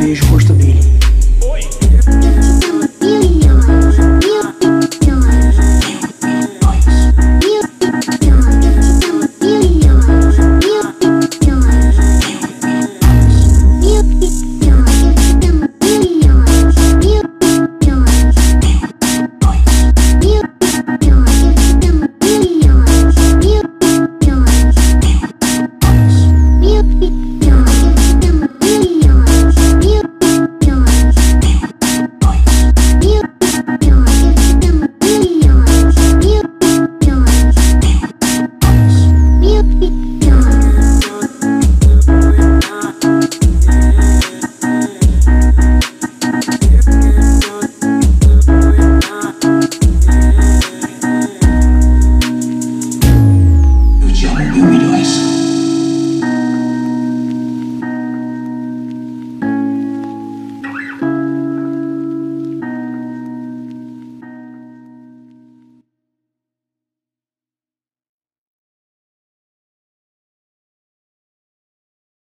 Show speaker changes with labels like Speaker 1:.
Speaker 1: disposto